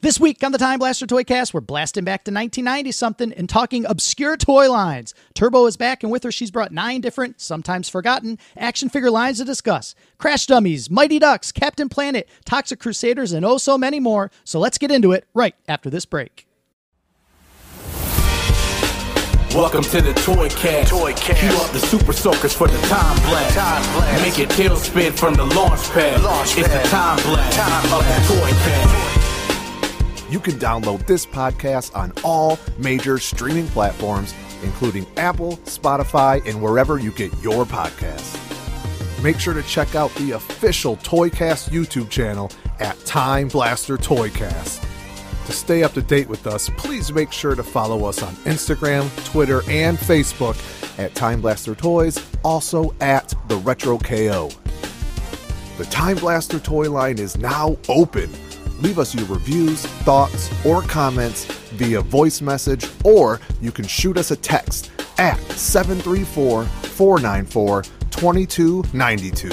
This week on the Time Blaster Toycast, we're blasting back to 1990 something and talking obscure toy lines. Turbo is back, and with her, she's brought nine different, sometimes forgotten, action figure lines to discuss Crash Dummies, Mighty Ducks, Captain Planet, Toxic Crusaders, and oh so many more. So let's get into it right after this break. Welcome to the Toy Cast. Toy Cast. You up the super soakers for the time blast. Time blast. Make your tail spin from the launch pad. Launch it's pad. the time blast. Time of blast. the Toy Cast. You can download this podcast on all major streaming platforms, including Apple, Spotify, and wherever you get your podcasts. Make sure to check out the official Toycast YouTube channel at Time Blaster Toycast. To stay up to date with us, please make sure to follow us on Instagram, Twitter, and Facebook at Time Blaster Toys, also at The Retro KO. The Time Blaster toy line is now open. Leave us your reviews, thoughts, or comments via voice message, or you can shoot us a text at 734 494 2292.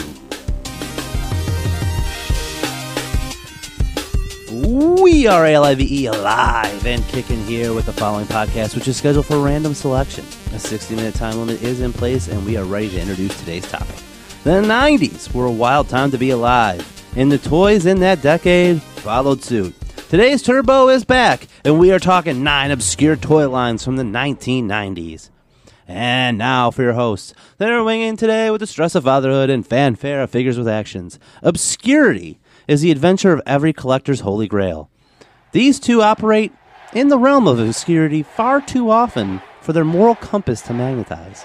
We are A-L-I-V-E alive E and kicking here with the following podcast, which is scheduled for random selection. A 60-minute time limit is in place, and we are ready to introduce today's topic. The 90s were a wild time to be alive, and the toys in that decade followed suit. Today's Turbo is back, and we are talking nine obscure toy lines from the 1990s. And now for your hosts. They're winging today with the stress of fatherhood and fanfare of figures with actions. Obscurity is the adventure of every collector's holy grail. These two operate in the realm of obscurity far too often for their moral compass to magnetize.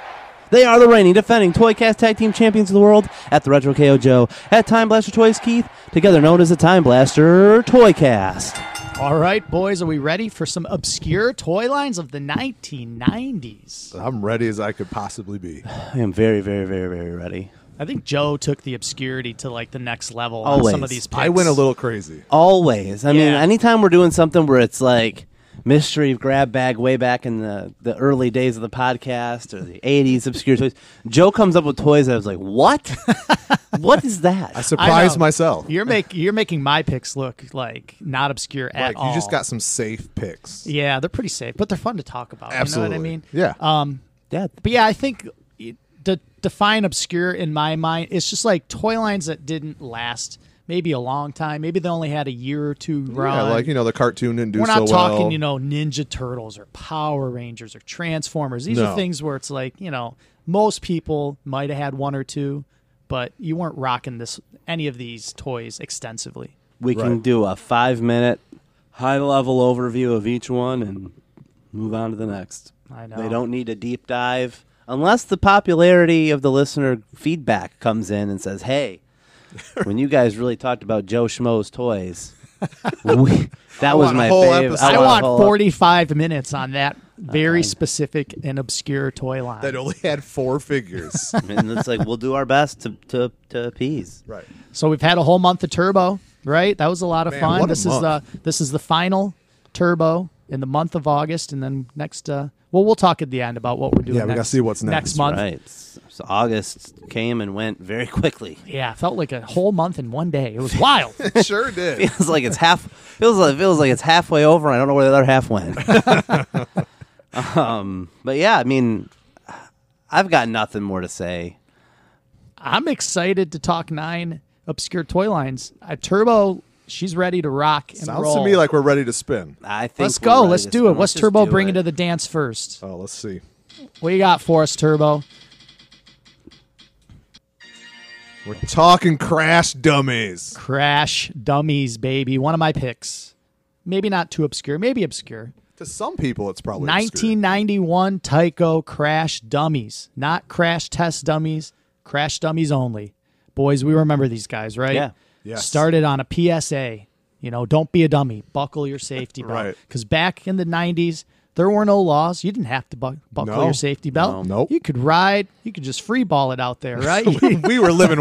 They are the reigning, defending Toycast Tag Team Champions of the World at the Retro KO Joe, at Time Blaster Toys Keith, together known as the Time Blaster Toycast. All right, boys, are we ready for some obscure toy lines of the 1990s? I'm ready as I could possibly be. I am very, very, very, very ready. I think Joe took the obscurity to like the next level on some Always. of these picks. I went a little crazy. Always. I mean, Yeah. anytime we're doing something where it's like mystery grab bag way back in the, the early days of the podcast or the 80s obscure toys, Joe comes up with toys that I was like, what? what is that? I I surprised know. myself. You're make you're making my picks look like not obscure at Like, all. you just got some safe picks. Yeah, they're pretty safe, but they're fun to talk about. Absolutely. You know what I mean? Yeah. Um, yeah. but yeah, I think it- to define obscure in my mind, it's just like toy lines that didn't last maybe a long time. Maybe they only had a year or two run. Yeah, like, you know, the cartoon didn't do We're so not talking, well. you know, Ninja Turtles or Power Rangers or Transformers. These No. are things where it's like, you know, most people might have had one or two, but you weren't rocking this any of these toys extensively. We can Right. do a five minute high level overview of each one and move on to the next. I know. They don't need a deep dive unless the popularity of the listener feedback comes in and says, hey, when you guys really talked about Joe Schmo's toys, we, that was want a my whole favorite. episode. I, I want whole- 45 minutes on that very Uh-huh. specific and obscure toy line. that only had four figures. and it's like, we'll do our best to, to, to appease. right. So we've had a whole month of Turbo, right? That was a lot of Man, what fun. a This is the month. this is the final Turbo in the month of August, and then next. Uh, well, we'll talk at the end about what we're doing. Yeah, we next, gotta see what's next next, month. Right. So August came and went very quickly. Yeah, it felt like a whole month in one day. It was wild. Sure did. feels like it's half feels like feels like it's halfway over. and I don't know where the other half went. um, but yeah, I mean, I've got nothing more to say. I'm excited to talk nine obscure toy lines. Uh, Turbo, she's ready to rock and Sounds roll. to me like we're ready to spin. I think Let's we're go. ready Let's to do spin. it. What's just Turbo do bringing it. to the dance first? Oh, let's see. What you got for us, Turbo? We're talking crash dummies. Crash Dummies, baby. One of my picks. Maybe not too obscure, maybe obscure. To some people, it's probably obscure. 1991 Tyco Crash Dummies, not Crash Test Dummies, Crash Dummies only. Boys, we remember these guys, right? Yeah. Yes. Started on a PSA. You know, don't be a dummy. Buckle your safety belt. Right. Because back in the 90s, there were no laws. You didn't have to bu- buckle No. your safety belt. No. Nope. You could ride. You could just free ball it out there, right? we were living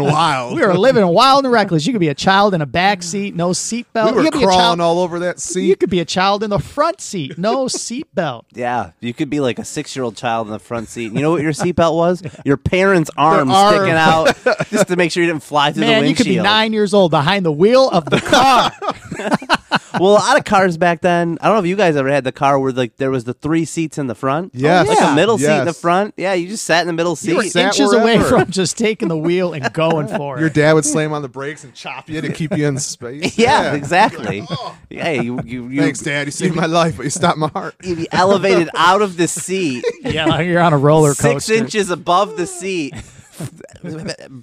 wild. we were living wild and reckless. You could be a child in a back seat, no seatbelt. We were you could be a crawling child, all over that You seat. could be a child in the front seat, no seatbelt. Yeah, you could be like a six-year-old child in the front seat. You know what your seatbelt was? Your parents' arms arm. sticking out just to make sure you didn't fly through the Man, you windshield. could be nine years old behind the wheel of the car. well, a lot of cars back then. I don't know if you guys ever had the car where like there was the three seats in the front. Yes. like Oh, yeah. a middle seat in the Yes. front. Yeah, you just sat in the middle You were seat. sat inches away wherever. from just taking the wheel and going for Your it. dad would slam on the brakes and chop you to keep you in space. yeah, exactly. Yeah, you you, you, Thanks, Dad. You saved my life, but you stopped my heart. you'd be elevated out of the seat, Yeah, like you're on a roller coaster. six inches above the seat.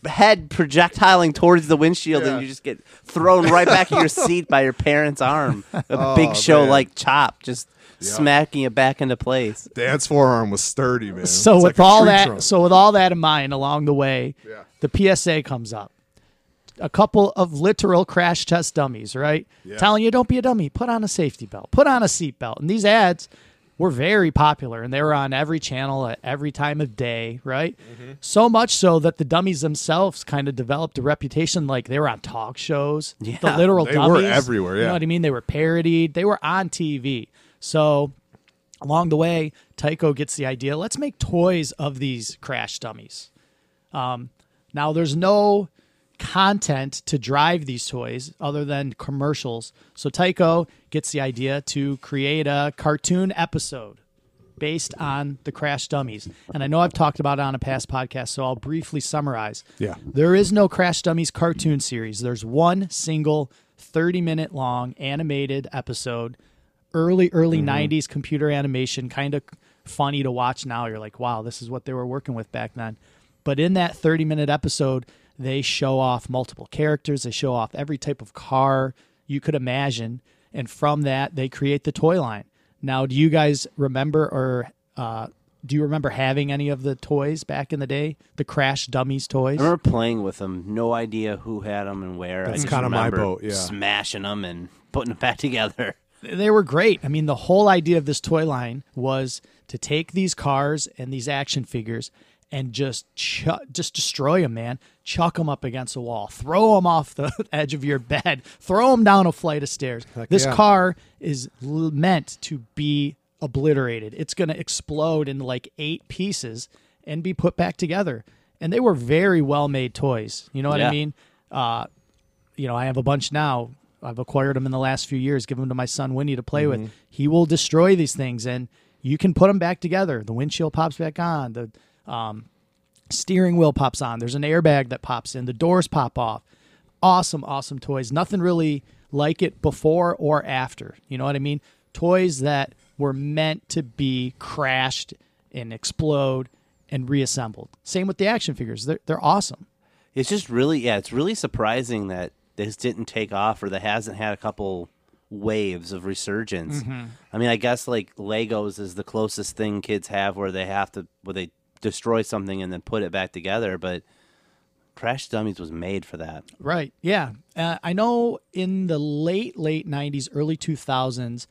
Head projectiling towards the windshield, Yeah. and you just get thrown right back in your seat by your parents' arm. A big show Oh, man. like chop, just smacking it back into place. Dad's forearm was sturdy, man. So It's like with a all tree that, trunk. so with all that in mind, along the way, Yeah. the PSA comes up. A couple of literal crash test dummies, right? Yeah. Telling you don't be a dummy. Put on a safety belt. Put on a seat belt. And these ads were very popular, and they were on every channel at every time of day, right? Mm-hmm. So much so that the dummies themselves kind of developed a reputation, like they were on talk shows. The Yeah. literal They were dummies everywhere, You yeah. know what I mean? They were parodied. They were on TV. So along the way, Tycho gets the idea let's make toys of these crash dummies. Um, now, there's no content to drive these toys other than commercials. So Tycho gets the idea to create a cartoon episode based on the crash dummies. And I know I've talked about it on a past podcast, so I'll briefly summarize. Yeah. There is no Crash Dummies cartoon series. There's one single 30 minute long animated episode, early, early 90s computer animation, kind of funny to watch now. You're like, wow, this is what they were working with back then. But in that 30 minute episode, they show off multiple characters, they show off every type of car you could imagine. And from that, they create the toy line. Now, do you guys remember or uh, do you remember having any of the toys back in the day? The Crash Dummies toys? I remember playing with them. No idea who had them and where. That's I just kinda my remember boat, yeah. Smashing them and putting them back together. they were great. I mean, the whole idea of this toy line was to take these cars and these action figures and just chu just destroy them, man. Chuck them up against a wall, throw them off the edge of your bed, throw them down a flight of stairs. this yeah. car is l- meant to be obliterated. It's going to explode in like eight pieces and be put back together. And they were very well made toys. You know what I Yeah. mean? Uh, you know, I have a bunch now. I've acquired them in the last few years, give them to my son Winnie to play with. He will destroy these things and you can put them back together. The windshield pops back on, the um, steering wheel pops on, there's an airbag that pops in, the doors pop off. Awesome, awesome toys. Nothing really like it before or after. You know what I mean? Toys that were meant to be crashed and explode and reassembled. Same with the action figures. They're, they're awesome. It's just really, yeah, it's really surprising that this didn't take off or that hasn't had a couple waves of resurgence. I mean, I guess like Legos is the closest thing kids have where they have to, where they destroy something and then put it back together. But Crash Dummies was made for that. Right. Yeah. Uh, I know in the late, late 90s, early 2000s,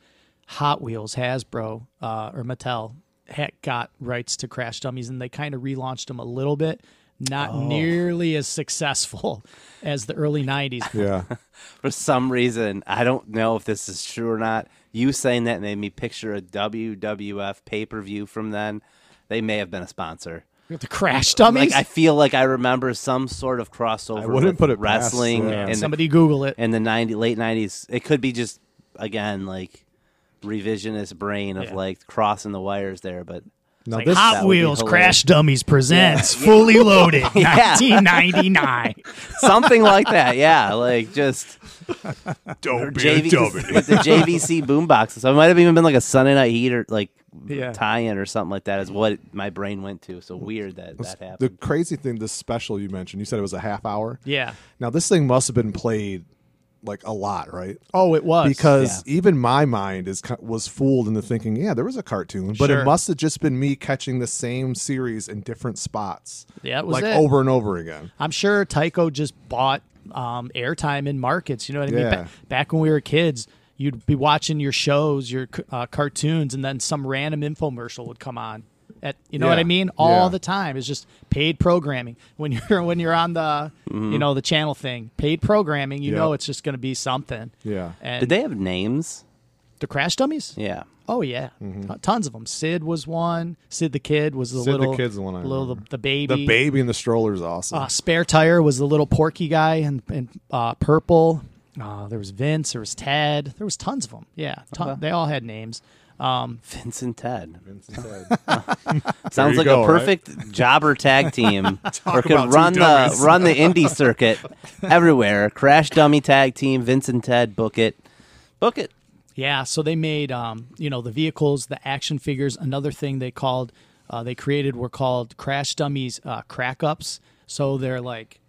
Hot Wheels, Hasbro, uh, or Mattel heck got rights to Crash Dummies and they kind of relaunched them a little bit. Not nearly as successful as the early 90s. yeah. for some reason, I don't know if this is true or not. You saying that made me picture a WWF pay per view from then. They may have been a sponsor. The Crash Dummies? Like I feel like I remember some sort of crossover. I wouldn't with put it past wrestling that. in the, Somebody Google it. in the ninety late nineties. It could be just again like revisionist brain of Yeah. like crossing the wires there, but Now Like this Hot that would be Wheels hilarious. Crash Dummies presents Fully Loaded Yeah. 1999. something like that. Yeah, like just don't JV with the JVC boombox. So it might have even been like a Sunday Night Heat or like Yeah. tie-in or something like that. Is what my brain went to. So weird that that The happened. crazy thing, this special you mentioned, you said it was a half hour. Yeah. Now this thing must have been played like a lot, right? Oh, it was. because even my mind is ki- was fooled into thinking, yeah, there was a cartoon, but Sure. it must have just been me catching the same series in different spots, Yeah, it was like it. over and over again. I'm sure Tycho just bought um, airtime in markets. You know what I mean? Yeah. Ba- back when we were kids, you'd be watching your shows, your c- uh, cartoons, and then some random infomercial would come on. At you know what Yeah. I mean? All Yeah. the time. It's just paid programming. When you're when you're on the you know the channel thing, paid programming. You Yep. know it's just going to be something. Yeah. And Did they have names? the crash dummies? Yeah. Oh yeah, T- tons of them. Sid was one. Sid the kid was the Mm-hmm. Sid the little Kid's the one I little the, remember. the The baby in the stroller is awesome. uh, spare tire was the little porky guy and, and uh, purple. Uh, there was Vince. There was Ted. There was tons of them. Yeah, ton- they all had names. Um, Vince and Ted. There Sounds you like go, a right? perfect jobber tag team, or about could two run the dummies. run the indie circuit everywhere. Crash dummy tag team, Vince and Ted, book it, book it. Yeah, so they made um, you know the vehicles, the action figures. Another thing they called uh, they created were called crash dummies, uh, crack ups. So they're like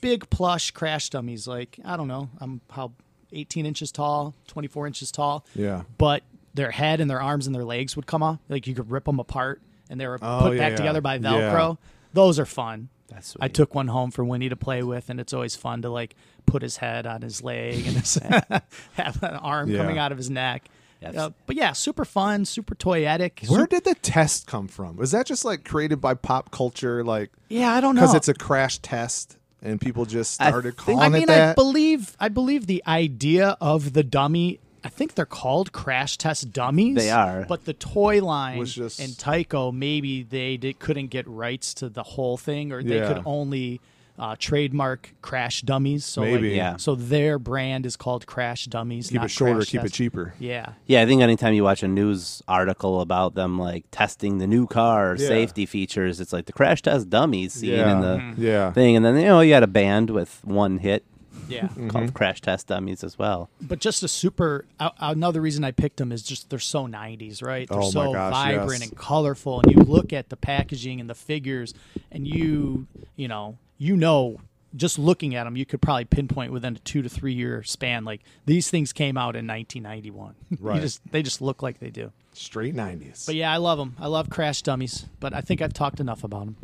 big plush crash dummies. Like I don't know, I'm how 18 inches tall, 24 inches tall. Yeah. but their head and their arms and their legs would come off. Like you could rip them apart, and they were Oh, put yeah, back yeah. together by Yeah. Velcro. Those are fun. That's I sweet. took one home for Winnie to play with, and it's always fun to like put his head on his leg and his, have an arm Yeah. coming out of his neck. Yes. Uh, but yeah, super fun, super toyetic. Where Sup- did the test come from? Was that just like created by pop culture, like yeah, I don't know. because it's a crash test and people just I started think- calling I mean, it I that? believe I believe the idea of the dummy. I think they're called crash test dummies. They are. but the toy line Was just- and Tyco maybe they did, couldn't get rights to the whole thing, or they Yeah. could only uh, trademark crash dummies. So like, Maybe. Yeah. So their brand is called Crash Dummies. Keep not it shorter, Crash keep it Test. cheaper. Yeah. Yeah, I think anytime you watch a news article about them like testing the new car or Yeah. safety features, it's like the crash test dummies scene in the yeah. thing, and then you know you had a band with one hit Yeah. Mm-hmm. called Crash Test Dummies as well. but just a super uh, another reason I picked them is just they're so 90s, right? They're Oh my so gosh, vibrant yes. and colorful and you look at the packaging and the figures and you, you know, you know just looking at them you could probably pinpoint within a 2 to 3 year span like these things came out in 1991. You Right. just they just look like they do. Straight nineties. But yeah, I love them. I love Crash Dummies, but I think I've talked enough about them.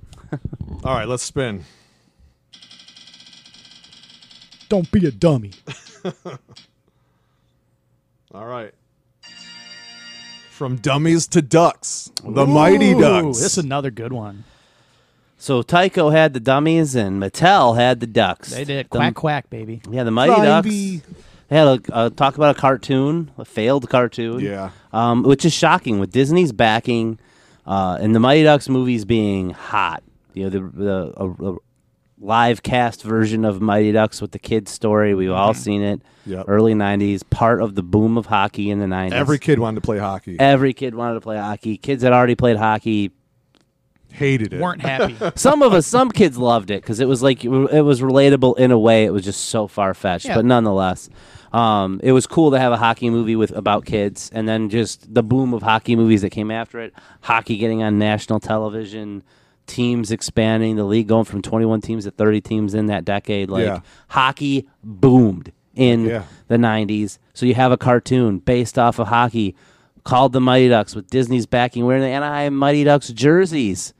All right, let's spin. Don't be a dummy. All right. From dummies to ducks, the mighty Ooh, ducks. This is another good one. So Tyco had the dummies, and Mattel had the ducks. They did The- quack quack baby. Yeah, the Mighty Flying Ducks. bee. They had a, a talk about a cartoon, a failed cartoon. Yeah. um, which is shocking with Disney's backing, uh, and the Mighty Ducks movies being hot. You know, the the a, a live cast version of Mighty Ducks with the kids story. We've all seen it. Mm-hmm. Yep. Early '90s, part of the boom of hockey in the '90s. Every kid wanted to play hockey. every kid wanted to play hockey. Kids had already played hockey. Hated it. Weren't happy. Some of us, some kids loved it because it was like it was relatable in a way. It was just so far fetched, Yeah. but nonetheless, um, it was cool to have a hockey movie with about kids, and then just the boom of hockey movies that came after it. Hockey getting on national television, teams expanding, the league going from twenty-one teams to thirty teams in that decade. Like Yeah. hockey boomed in Yeah. the 90s. So you have a cartoon based off of hockey called The Mighty Ducks with Disney's backing wearing the Anaheim Mighty Ducks jerseys.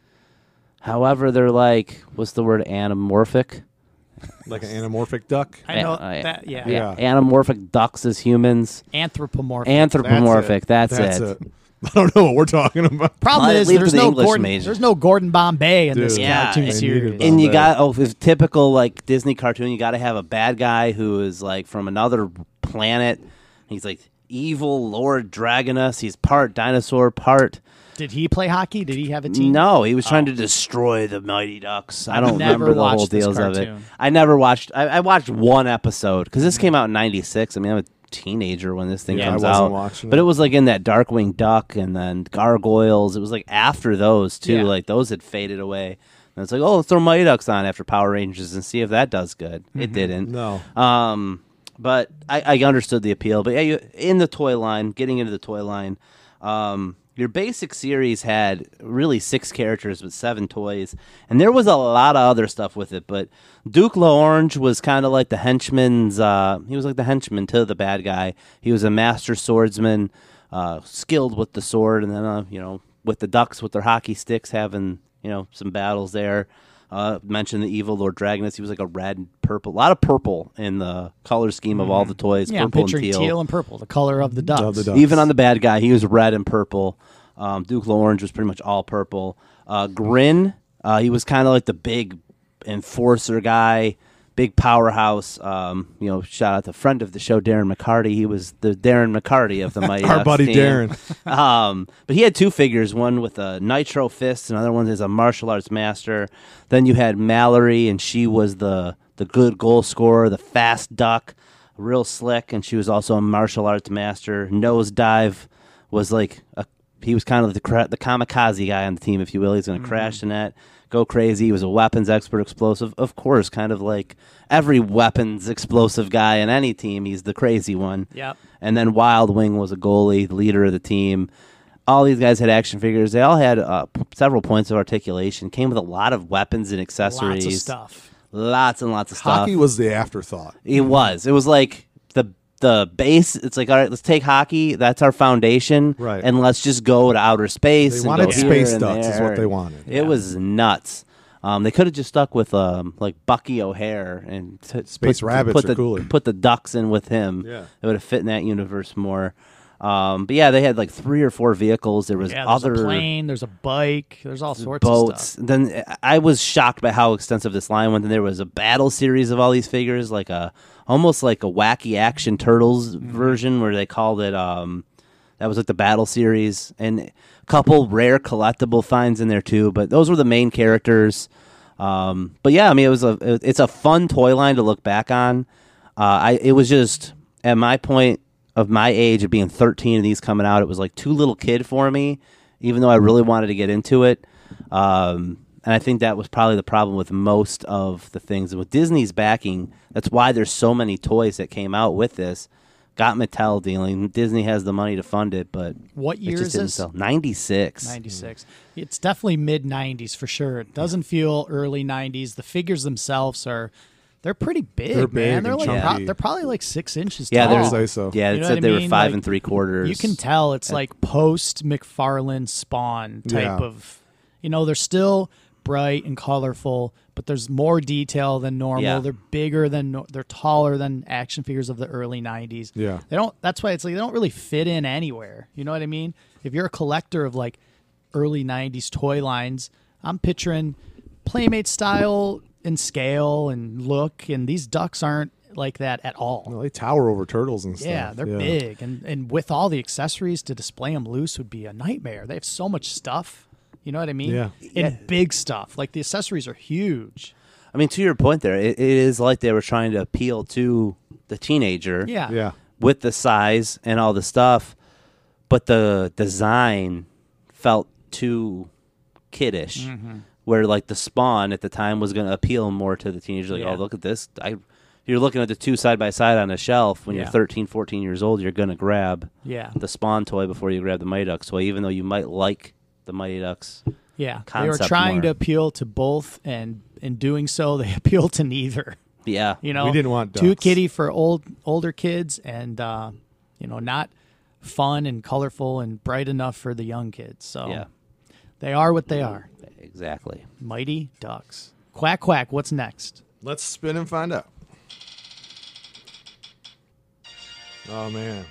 However, they're like, what's the word, anamorphic? like an anamorphic duck. I know An- uh, that yeah. Anamorphic ducks as humans. Anthropomorphic. Anthropomorphic, that's, it. I don't know what we're talking about. Problem Let it is, leave to there's the no English Gordon. major. There's no Gordon Bombay in this Dude. Yeah, cartoon I needed series. Bombay. And you Bombay. got oh, if typical like Disney cartoon, you got to have a bad guy who is like from another planet. He's like evil Lord Dragonus. He's part dinosaur, part Did he play hockey? Did he have a team? No, he was trying to destroy the Mighty Ducks. Oh. I don't never remember the whole watched this deals of it. Mm. cartoon. I never watched. I, I watched one episode because this came out in '96. I mean, I'm a teenager when this thing Yeah, I comes wasn't out. watching but it. it was like in that Darkwing Duck and then Gargoyles. It was like after those too. Yeah. Like those had faded away. And it's like, oh, let's throw Mighty Ducks on after Power Rangers and see if that does good. It didn't. No. Uh-huh. Um, but I, I understood the appeal. But yeah, you, in the toy line, getting into the toy line, um, your basic series had really six characters with seven toys, and there was a lot of other stuff with it. But Duke L'Orange was kind of like the henchman's. Uh, he was like the henchman to the bad guy. He was a master swordsman, uh, skilled with the sword, and then uh, you know with the ducks with their hockey sticks having you know some battles there. Uh, mentioned the evil Lord Dragonus. He was like a red, purple, a lot of purple in the color scheme of all the toys. Mm-hmm. Yeah, I'm purple and picturing teal. and purple, the color of the ducks. the duck. even on the bad guy, he was red and purple. Um, Duke L'Orange was pretty much all purple. Uh, Grin, uh, he was kind of like the big enforcer guy, big powerhouse. Um, you know, shout out to friend of the show, Darren McCarty. He was the Darren McCarty of the Mighty Our Ducks buddy team. Darren. um, but he had two figures: one with a nitro fist, another one is a martial arts master. Then you had Mallory, and she was the the good goal scorer, the fast duck. real slick, and she was also a martial arts master. Nose dive was like a, he was kind of the cra- the kamikaze guy on the team, if you will. He's going to crash the net, go crazy. He was a weapons expert, explosive, of course, kind of like every weapons explosive guy in any team. He's the crazy one. Yep. And then Wild Wing was a goalie, the leader of the team. All these guys had action figures. They all had uh, p- several points of articulation. Came with a lot of weapons and accessories. Lots of stuff. Lots and lots of stuff. Hockey was the afterthought. It was. It was like the the base. It's like all right, let's take hockey. That's our foundation. Right. And let's just go to outer space. They and wanted go here space and ducks is there. what they wanted. It was nuts. Um, they could have just stuck with um, like Bucky O'Hare and t- Space put, rabbits put are the cooler. put the ducks in with him. Yeah. it would have fit in that universe more. Um, but yeah, they had like three or four vehicles. There was Yeah, there's other a plane, there's a bike, there's all sorts of boats. stuff. Then uh, I was shocked by how extensive this line went. And there was a battle series of all these figures, like a almost like a wacky action turtles Mm-hmm. version where they called it. Um, that was like the battle series, and a couple rare collectible finds in there too. But those were the main characters. Um, but yeah, I mean, it was a it- it's a fun toy line to look back on. Uh, I it was just at my point of my age of being 13 and these coming out, it was like too little kid for me, even though I really wanted to get into it. Um, and I think that was probably the problem with most of the things. And with Disney's backing, that's why there's so many toys that came out with this. Got Mattel dealing. Disney has the money to fund it, but What it year just is didn't this? sell. 96. 96. It's definitely mid 90s for sure. It doesn't feel early 90s. The figures themselves are they're pretty big, They're man. big They're and like chunky. pro- they're probably like 6 inches Yeah, tall. there's Say so. yeah. Oh. You It know said what I they were mean? five Like, and three quarters. You can tell it's like post McFarlane Spawn type Yeah. of, you know, they're still bright and colorful, but there's more detail than normal. Yeah. They're bigger than nor- they're taller than action figures of the early 90s. Yeah. They don't that's why it's like they don't really fit in anywhere. You know what I mean? If you're a collector of like early 90s toy lines, I'm picturing Playmate style and scale and look and these ducks aren't like that at all. Well, they tower over turtles and stuff. Yeah, they're big, and and with all the accessories to display them loose would be a nightmare. They have so much stuff. You know what I mean? Yeah. And big stuff. Like the accessories are huge. I mean, to your point there, it, it is like they were trying to appeal to the teenager. Yeah. Yeah. with the size and all the stuff, but the design felt too kiddish. Mm-hmm. Where like the spawn at the time was going to appeal more to the teenager. Like, Yeah. oh, look at this! I, you're looking at the two side by side on a shelf when Yeah. you're 13, 14 years old. You're going to grab Yeah. the spawn toy before you grab the Mighty Ducks toy, even though you might like the Mighty Ducks. Yeah. They were Concept trying more. to appeal to both, and in doing so, they appeal to neither. Yeah, You know, We didn't want too ducks. kitty for old older kids, and uh, you know, not fun and colorful and bright enough for the young kids. So yeah, they are what they are. exactly. Mighty ducks. Quack quack. What's next? Let's spin and find out. Oh man.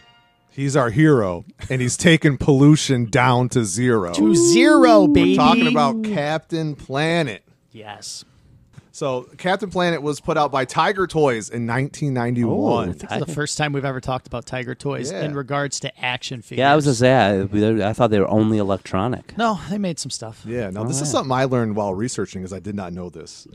He's our hero, and he's taken pollution down to zero. To zero, baby. We're talking about Captain Planet. Yes. So Captain Planet was put out by Tiger Toys in 1991. Oh, This is the first time we've ever talked about Tiger Toys Yeah. in regards to action figures. Yeah, I was just say I, I thought they were only electronic. No, they made some stuff. yeah, now this is something I learned while researching because I did not know this.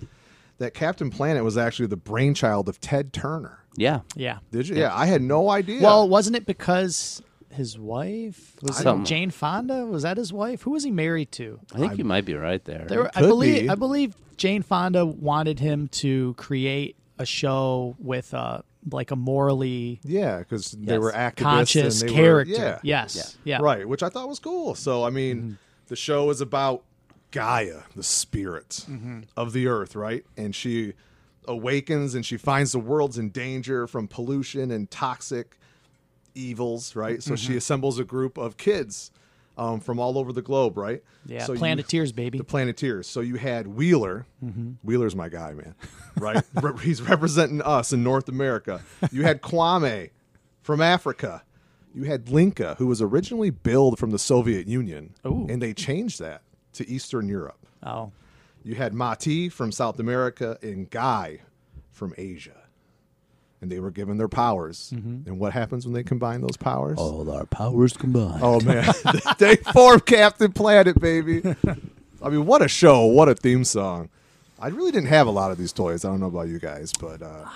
That Captain Planet was actually the brainchild of Ted Turner. Yeah, Yeah. Did you? Yeah, I had no idea. Well, wasn't it because his wife was Something. it Jane Fonda? Was that his wife? Who was he married to? I think you might be right there. There were, I could believe be. I believe Jane Fonda wanted him to create a show with uh like a morally yeah, because they Yes. were activists. conscious and they were- character. yeah. Yes. Yeah. Mm-hmm. Right, which I thought was cool. So, I mean, the show is about Gaia, the spirit Mm-hmm. of the earth, right? And she awakens and she finds the world's in danger from pollution and toxic evils, right? So Mm-hmm. she assembles a group of kids um, from all over the globe, right? Yeah. So you- Planeteers, baby. the Planeteers. So you had Wheeler. Wheeler's my guy, man. Right? Re- He's representing us in North America. You had Kwame from Africa. You had Linka, who was originally billed from the Soviet Union, Ooh. and they changed that to Eastern Europe. oh. You had Mati from South America and Guy from Asia. And they were given their powers. And what happens when they combine those powers? Mm-hmm. All our powers combined. Oh man, they formed Captain Planet, baby. I mean, what a show! What a theme song. I really didn't have a lot of these toys. I don't know about you guys, but uh,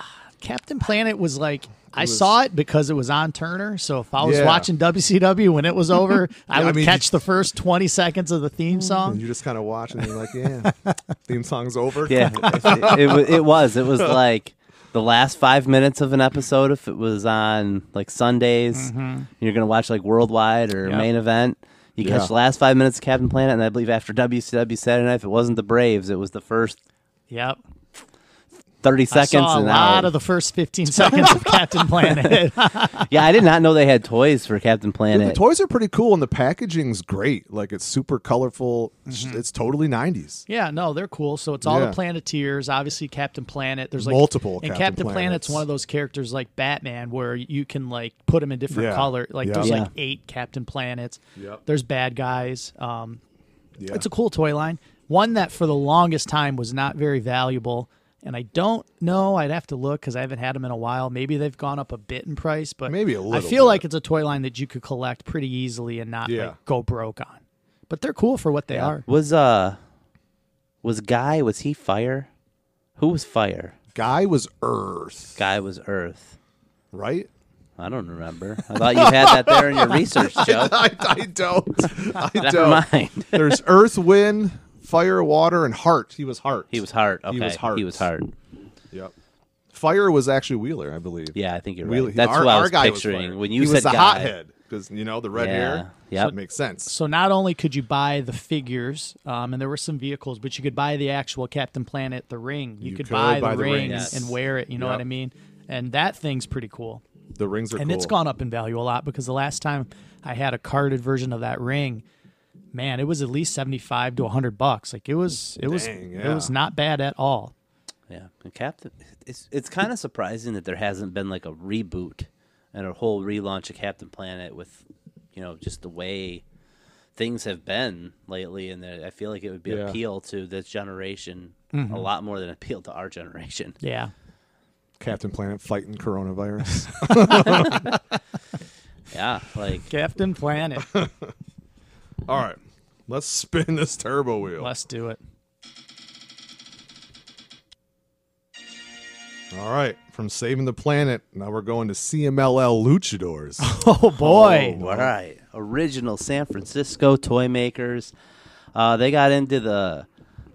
Captain Planet was like I saw it because it was on Turner. So if I was Yeah. watching WCW when it was over, I I would mean, Mm. catch the first twenty seconds of the theme And Um, song. you just kind of watch and you're like, yeah, theme song's over. Yeah, it, it, wa- it was. It was like the last five minutes of an episode. If it was on like Sundays, you're gonna watch like Worldwide or main event. You catch Yeah. the last five minutes of Captain Planet, and I believe after WCW Saturday Night, if it wasn't the Braves, it was the first Yep, thirty I seconds. saw a and lot out. of the first fifteen seconds of Captain Planet. yeah, I did not know they had toys for Captain Planet. The toys are pretty cool and the packaging's great. Like it's super colorful. It's- Mm-hmm. It's totally 90s. Yeah, no, they're cool. So it's all Yeah. the Planeteers, obviously Captain Planet. There's like Multiple and Captain Captain Planet's Planets. one of those characters like Batman where you can like put them in different Yeah. color. Like Yeah. there's Yeah. like eight Captain Planets. Yep. There's bad guys. Um, Yeah. It's a cool toy line. One that for the longest time was not very valuable, and I don't know. I'd have to look because I haven't had them in a while. Maybe they've gone up a bit in price, but Maybe a I little feel bit. like it's a toy line that you could collect pretty easily and not Yeah. like go broke on. But they're cool for what they are. was uh, was Guy? Was he Fire? Who was Fire? Guy was Earth, Guy was Earth. right? I don't remember. I thought you had that there in your research, Joe. I, I don't. I Never don't. mind. There's Earth, Wind, Fire, Water, and Heart. He was Heart. He was hard. Okay. He was hard. He was hard. Yep. Fire was actually Wheeler, I believe. Yeah, I think you're Wheeler, right. That's our, who I our was guy picturing Was Wheeler. when you he said was the guy. hothead because you know the red Yeah. hair. Yep. so it makes sense. So not only could you buy the figures, um, and there were some vehicles, but you could buy the actual Captain Planet, the ring. You, You could, could buy, buy the, the ring ring. Yes. and wear it. You know what Yep. I mean? And that thing's pretty cool. The rings are and cool. it's gone up in value a lot because the last time I had a carded version of that ring, man, it was at least seventy five to hundred bucks. Like it was, it was, Dang, it yeah. was not bad at all. Yeah, and Captain. It's it's kind of surprising that there hasn't been like a reboot and a whole relaunch of Captain Planet with, you know, just the way things have been lately, and that I feel like it would be Yeah. Mm-hmm. appeal to this generation a lot more than appeal to our generation. Yeah, Captain Planet fighting coronavirus. Yeah, like Captain Planet. All right, let's spin this turbo wheel. Let's do it. All right, from saving the planet, now we're going to CMLL Luchadors. Oh boy, Oh, all right. Original San Francisco toy makers. Uh, they got into the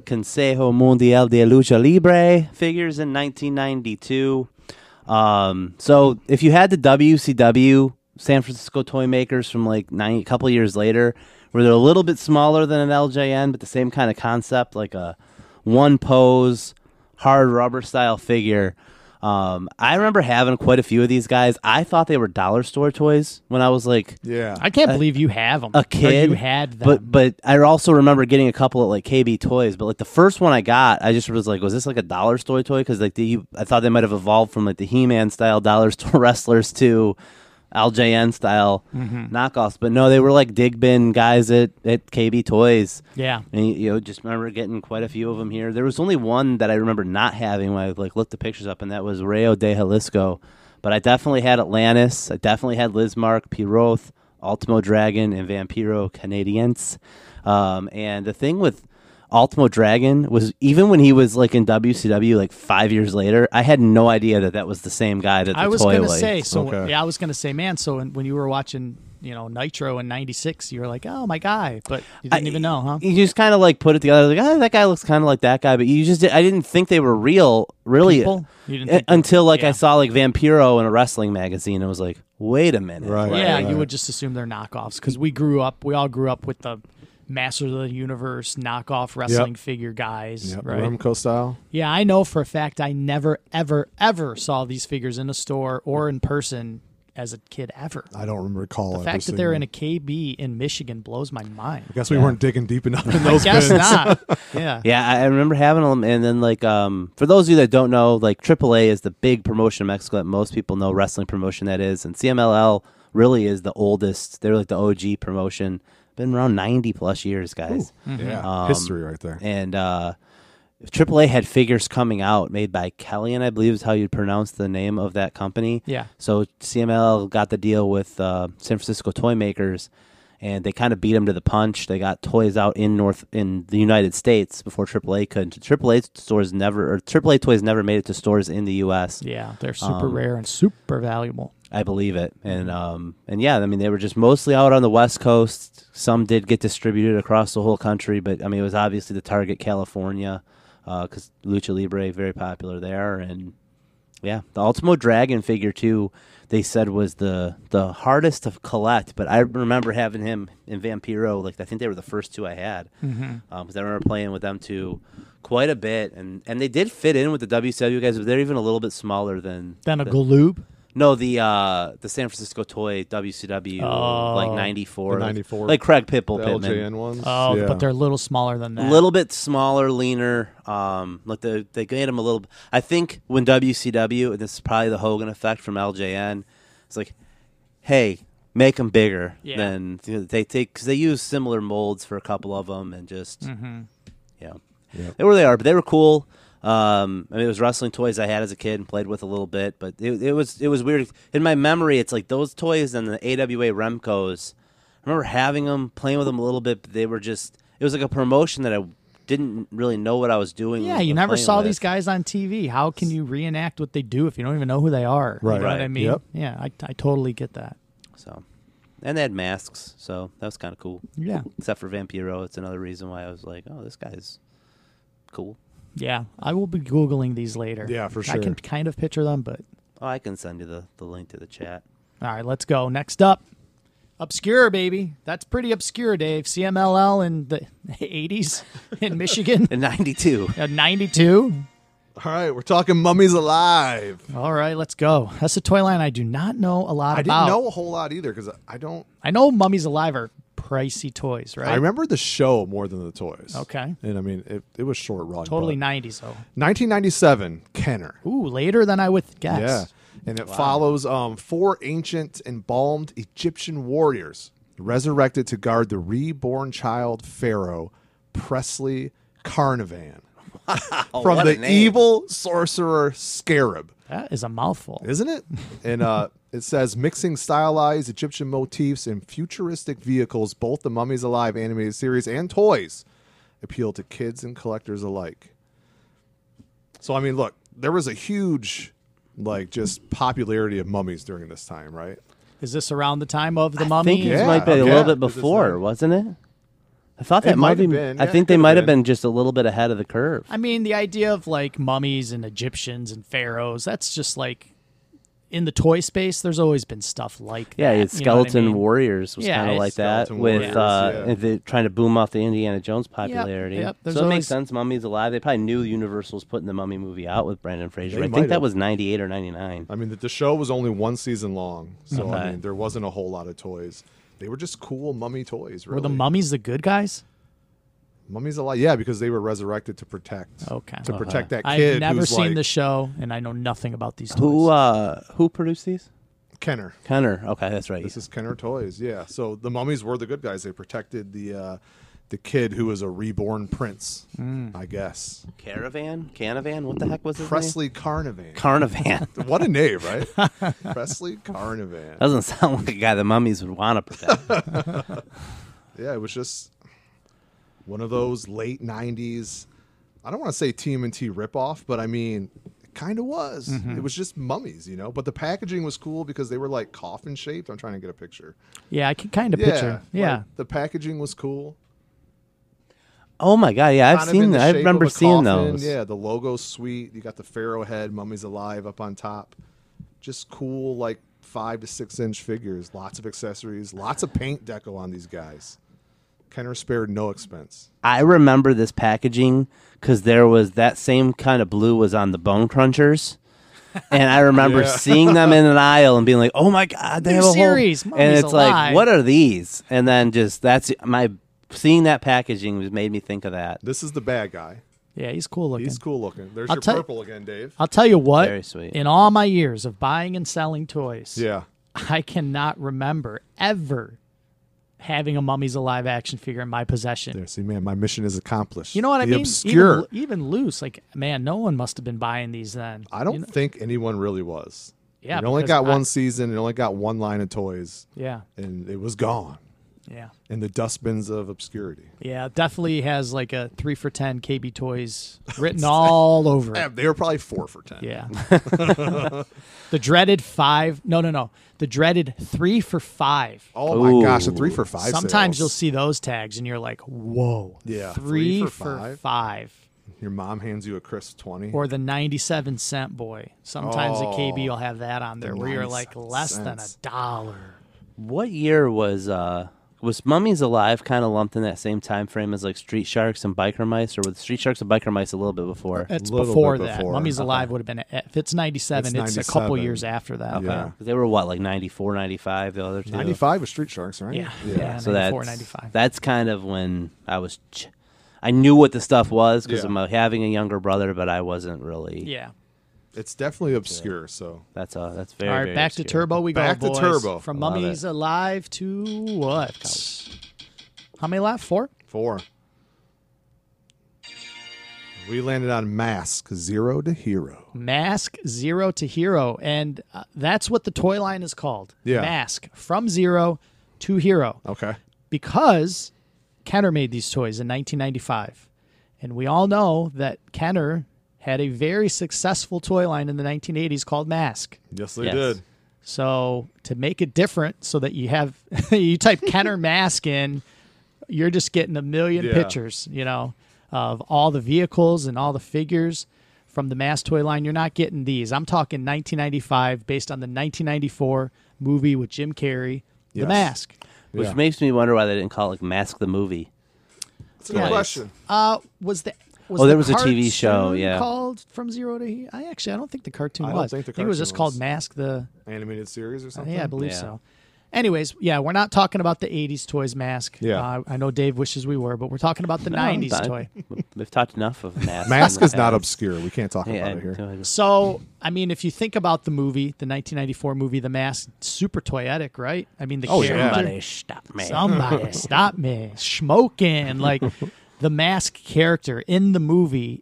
Consejo Mundial de Lucha Libre figures in 1992. Um, so if you had the WCW San Francisco toy makers from like nine, a couple years later, where they're a little bit smaller than an LJN, but the same kind of concept, like a one pose, hard rubber style figure. Um, I remember having quite a few of these guys. I thought they were dollar store toys when I was like yeah, I can't believe Oh, you have them. a kid. you had them. But but I also remember getting a couple at like KB Toys. But like the first one I got, I just was like, was this like a dollar store toy? Because like the I thought they might have evolved from like the He Man style dollar store wrestlers to LJN style Mm-hmm. knockoffs. But no, they were like dig bin guys at at KB Toys. yeah, And you know, just remember getting quite a few of them here. There was only one that I remember not having when I like looked the pictures up, and that was Rayo de Jalisco. But I definitely had Atlantis. I definitely had Lismark, Piroth, Ultimo Dragon, and Vampiro Canadiense. Um, and the thing with Ultimo Dragon was even when he was like in WCW, like five years later, I had no idea that that was the same guy that the I was toy gonna was. say so. Okay. Yeah, I was gonna say, man. So when, when you were watching, you know, Nitro in '96, you were like, oh my guy, but you didn't I- even know, huh? You just kind of like put it together, like, oh, that guy looks kind of like that guy, but you just, did, I didn't think they were real, really, People? You didn't uh, think they were- until like yeah. I saw like Vampiro in a wrestling magazine and was like, wait a minute, Right. like, Yeah, Right. you would just assume they're knockoffs because we grew up, we all grew up with the Masters of the Universe knockoff wrestling Yep. figure guys, Yep, right? Remco style. Yeah, I know for a fact I never, ever, ever saw these figures in a store or in person as a kid ever. I don't recall. The fact that they're in a KB in Michigan blows my mind. Guess we weren't digging deep enough in those Guess bins. not. Yeah. Yeah, I I remember having them, and then like um, for those of you that don't know, like AAA is the big promotion in Mexico that most people know wrestling promotion that is, and CMLL really is the oldest. They're like the OG promotion, been around ninety plus years, guys. Mm-hmm. Yeah, Um, history right there. And uh, AAA had figures coming out made by Kelly, and I believe is how you'd pronounce the name of that company. Yeah. So CML got the deal with uh, San Francisco toy makers, and they kind of beat them to the punch. They got toys out in North in the United States before AAA could. AAA stores never or AAA toys never made it to stores in the U.S. Yeah, they're Um, super rare and super valuable. I believe it. And um and yeah, I mean they were just mostly out on the West Coast. Some did get distributed across the whole country, but I mean it was obviously the target California because Lucha Libre very popular there. And yeah, the Ultimo Dragon figure too. They said was the the hardest to collect, but I remember having him in Vampiro. Like I think they were the first two I had because I remember playing with them two quite a bit, and and they did fit in with the WCW guys, but they're even a little bit smaller than Then a than- Galoob. no, the uh the San Francisco toy WCW like ninety four, Oh, The 94. like Craig Pitbull The Pitman, LJN ones. Oh, yeah. but they're a little smaller than a that. little bit smaller, leaner. Um, like the they made him a little. I think when WCW, and this is probably the Hogan effect from LJN, it's like, hey, make them bigger. Yeah. Then you know, they take because they use similar molds for a couple of them, and just Mm-hmm. yeah. They were they are, but they were cool. Um, I mean, it was wrestling toys I had as a kid and played with a little bit, but it, it was it was weird. In my memory, it's like those toys and the AWA Remcos. I remember having them, playing with them a little bit, but they were just. It was like a promotion that I didn't really know what I was doing. Yeah, or you never playing saw with. these guys on TV. How can you reenact what they do if you don't even know who they are? You Right. know what I Right. mean? Yep. Yeah, I, I totally get that. So, and they had masks, so that was kind of cool. Yeah. Except for Vampiro, it's another reason why I was like, oh, this guy's cool. Yeah, I will be Googling these later. Yeah, for I can sure. kind of picture them, but Oh, I can send you the, the link to the chat. all right, let's go. Next up, Obscure, baby. That's pretty obscure, Dave. CMLL in the 80s in Michigan. Uh, In '92. At 92. All right, we're talking mummies alive. All right, let's go. That's a toy line I do not know a lot I didn't about. know a whole lot either because I don't. I know Mummies Alive are pricey toys, right? I remember the show more than the toys. Okay. and I mean it, it was short run. Totally but- 90s, though. 1997 Kenner. Ooh, later than I would guess. Yeah, and it follows um, four ancient embalmed Egyptian warriors resurrected to guard the reborn child pharaoh Presley Carnivan from what a the name. evil sorcerer Scarab. That is a mouthful. isn't it? And uh, it says mixing stylized Egyptian motifs and futuristic vehicles, both the Mummies Alive animated series and toys, appeal to kids and collectors alike. So I mean, look, there was a huge, like, just popularity of mummies during this time, right? Is this around the time of the I mummy? think it Yeah, might be a yeah, little because bit it's before, not- wasn't it? I thought that It might might be. have been, I yeah, think it could they have might have been. been just a little bit ahead of the curve. I mean, the idea of like mummies and Egyptians and pharaohs, that's just like in the toy space, there's always been stuff like yeah, that. it's you know what I skeleton mean? warriors was Yeah, kind of it's like that Skeleton with Warriors, uh, yeah. the, trying to boom off the Indiana Jones popularity. yep, there's so it always- makes sense. Mummy's alive. They probably knew Universal was putting the Mummy movie out with Brandon Fraser. They I might think that have. was '98 or '99. I mean, the, the show was only one season long, so Okay. I mean, there wasn't a whole lot of toys. They were just cool mummy toys. Really. Were the mummies the good guys? mummies alive? Yeah, because they were resurrected to protect. Oh, Okay. To protect that kid. I've never who's, seen like, the show, and I know nothing about these toys. Who uh, who produced these? Kenner. Kenner. Okay, that's right. This is Kenner Toys, yeah. So the mummies were the good guys. They protected the uh, the kid who was a reborn prince, Mm. I guess. Caravan, Canavan. What the heck was his name? Presley Carnivan. Carnivan. what a name, right? Presley Carnivan. Doesn't sound like a guy the mummies would want to protect. Yeah, it was just one of those late '90s. I don't want to say TMNT ripoff, but I mean, it kind of was. Mm-hmm. It was just mummies, you know. But the packaging was cool because they were like coffin shaped. I'm trying to get a picture. uh, Yeah, I can kind of Yeah, picture. like, Yeah. the packaging was cool. Oh my god, yeah, I've kind of in seen the that. I shape remember of a seeing coffin. those. Yeah, the logo's sweet. You got the pharaoh head, mummies alive up on top. Just cool, like five to six inch figures. Lots of accessories, lots of paint deco on these guys. Kenner spared no expense. I remember this packaging because there was that same kind of blue was on the Bone Crunchers. And I remember Yeah. seeing them in an aisle and being like, "Oh my god, they New have a whole-" series, And Mummy's it's Alive. like, "What are these?" And then just that's my seeing that packaging was made me think of that. This is the bad guy. Yeah, he's cool looking. He's cool looking. There's I'll your tell- purple again, Dave. I'll tell you what, Very sweet. in all my years of buying and selling toys, Yeah. I cannot remember ever having a Mummies Alive action figure in my possession. There, see, man, my mission is accomplished. You know what the I mean? Obscure. Even, even loose. Like, man, no one must have been buying these then. I don't You know- think anyone really was. Yeah, It only because got I- one season. It only got one line of toys, Yeah. and it was gone. Yeah. in the dustbins of obscurity. Yeah, definitely has like a three for ten KB toys written all over Yeah, it. they were probably four for ten. Yeah. the dreaded five. No, no, no. The dreaded three for five. Oh my Ooh. gosh, a three for five. Sometimes you'll sales. see those tags and you're like, whoa. Yeah, Three, for, five. your mom hands you a crisp twenty. Or the 97 cent boy. Sometimes the KB will have that on there where you're 97 like less than a Oh. cents. dollar. What year was uh was Mummies Alive kind of lumped in that same time frame as like Street Sharks and Biker Mice, or was Street Sharks and Biker Mice a little bit before? It's Little bit before that. before. Mummy's Okay. Alive would have been, if it's 97, It's it's, a couple 97. years after that. Okay. Yeah. They were what like 94, 95, the other two. ninety five was Street Sharks, right? Yeah. Yeah. 94, so that's 95. that's kind of when I was. Ch- I knew what the stuff was because Yeah. I'm uh, having a younger brother, but I wasn't really. yeah. It's definitely obscure. So That's uh that's very. All right, very back to obscure. Turbo we Back go, to boys. Turbo. From Love Mummies it. Alive to what? How many left? Four? four. We landed on Mask Zero to Hero. Mask Zero to Hero. And uh, that's what the toy line is called. Yeah. Mask from Zero to Hero. Okay. Because Kenner made these toys in 1995. And we all know that Kenner had a very successful toy line in the 1980s called Mask. Yes, they Yes. did. So to make it different, so that you have you type Kenner mask in, you're just getting a million Yeah. pictures, you know, of all the vehicles and all the figures from the mass toy line. You're not getting these. I'm talking 1995, based on the 1994 movie with Jim Carrey, The Yes. Mask. which Yeah. makes me wonder why they didn't call it like Mask the Movie. That's a good Yeah. question. Uh, was the was Oh, there the was a TV show, cartoon yeah. called From Zero to He- I actually I don't think the cartoon I don't was. think the I think it was cartoon just called was. Mask the Animated series or something. Uh, Yeah, I believe Yeah. so. Anyways, yeah, we're not talking about the '80s toys mask. Yeah. uh, I know Dave wishes we were, but we're talking about the '90s I- toy. We've talked enough of Mask. Mask is not a. obscure. We can't talk about it here. So, I mean, if you think about the movie, the 1994 movie, The Mask, super toyetic, right? I mean, the Oh, yeah. character, Somebody stop me. somebody stop me, smoking like the mask character in the movie.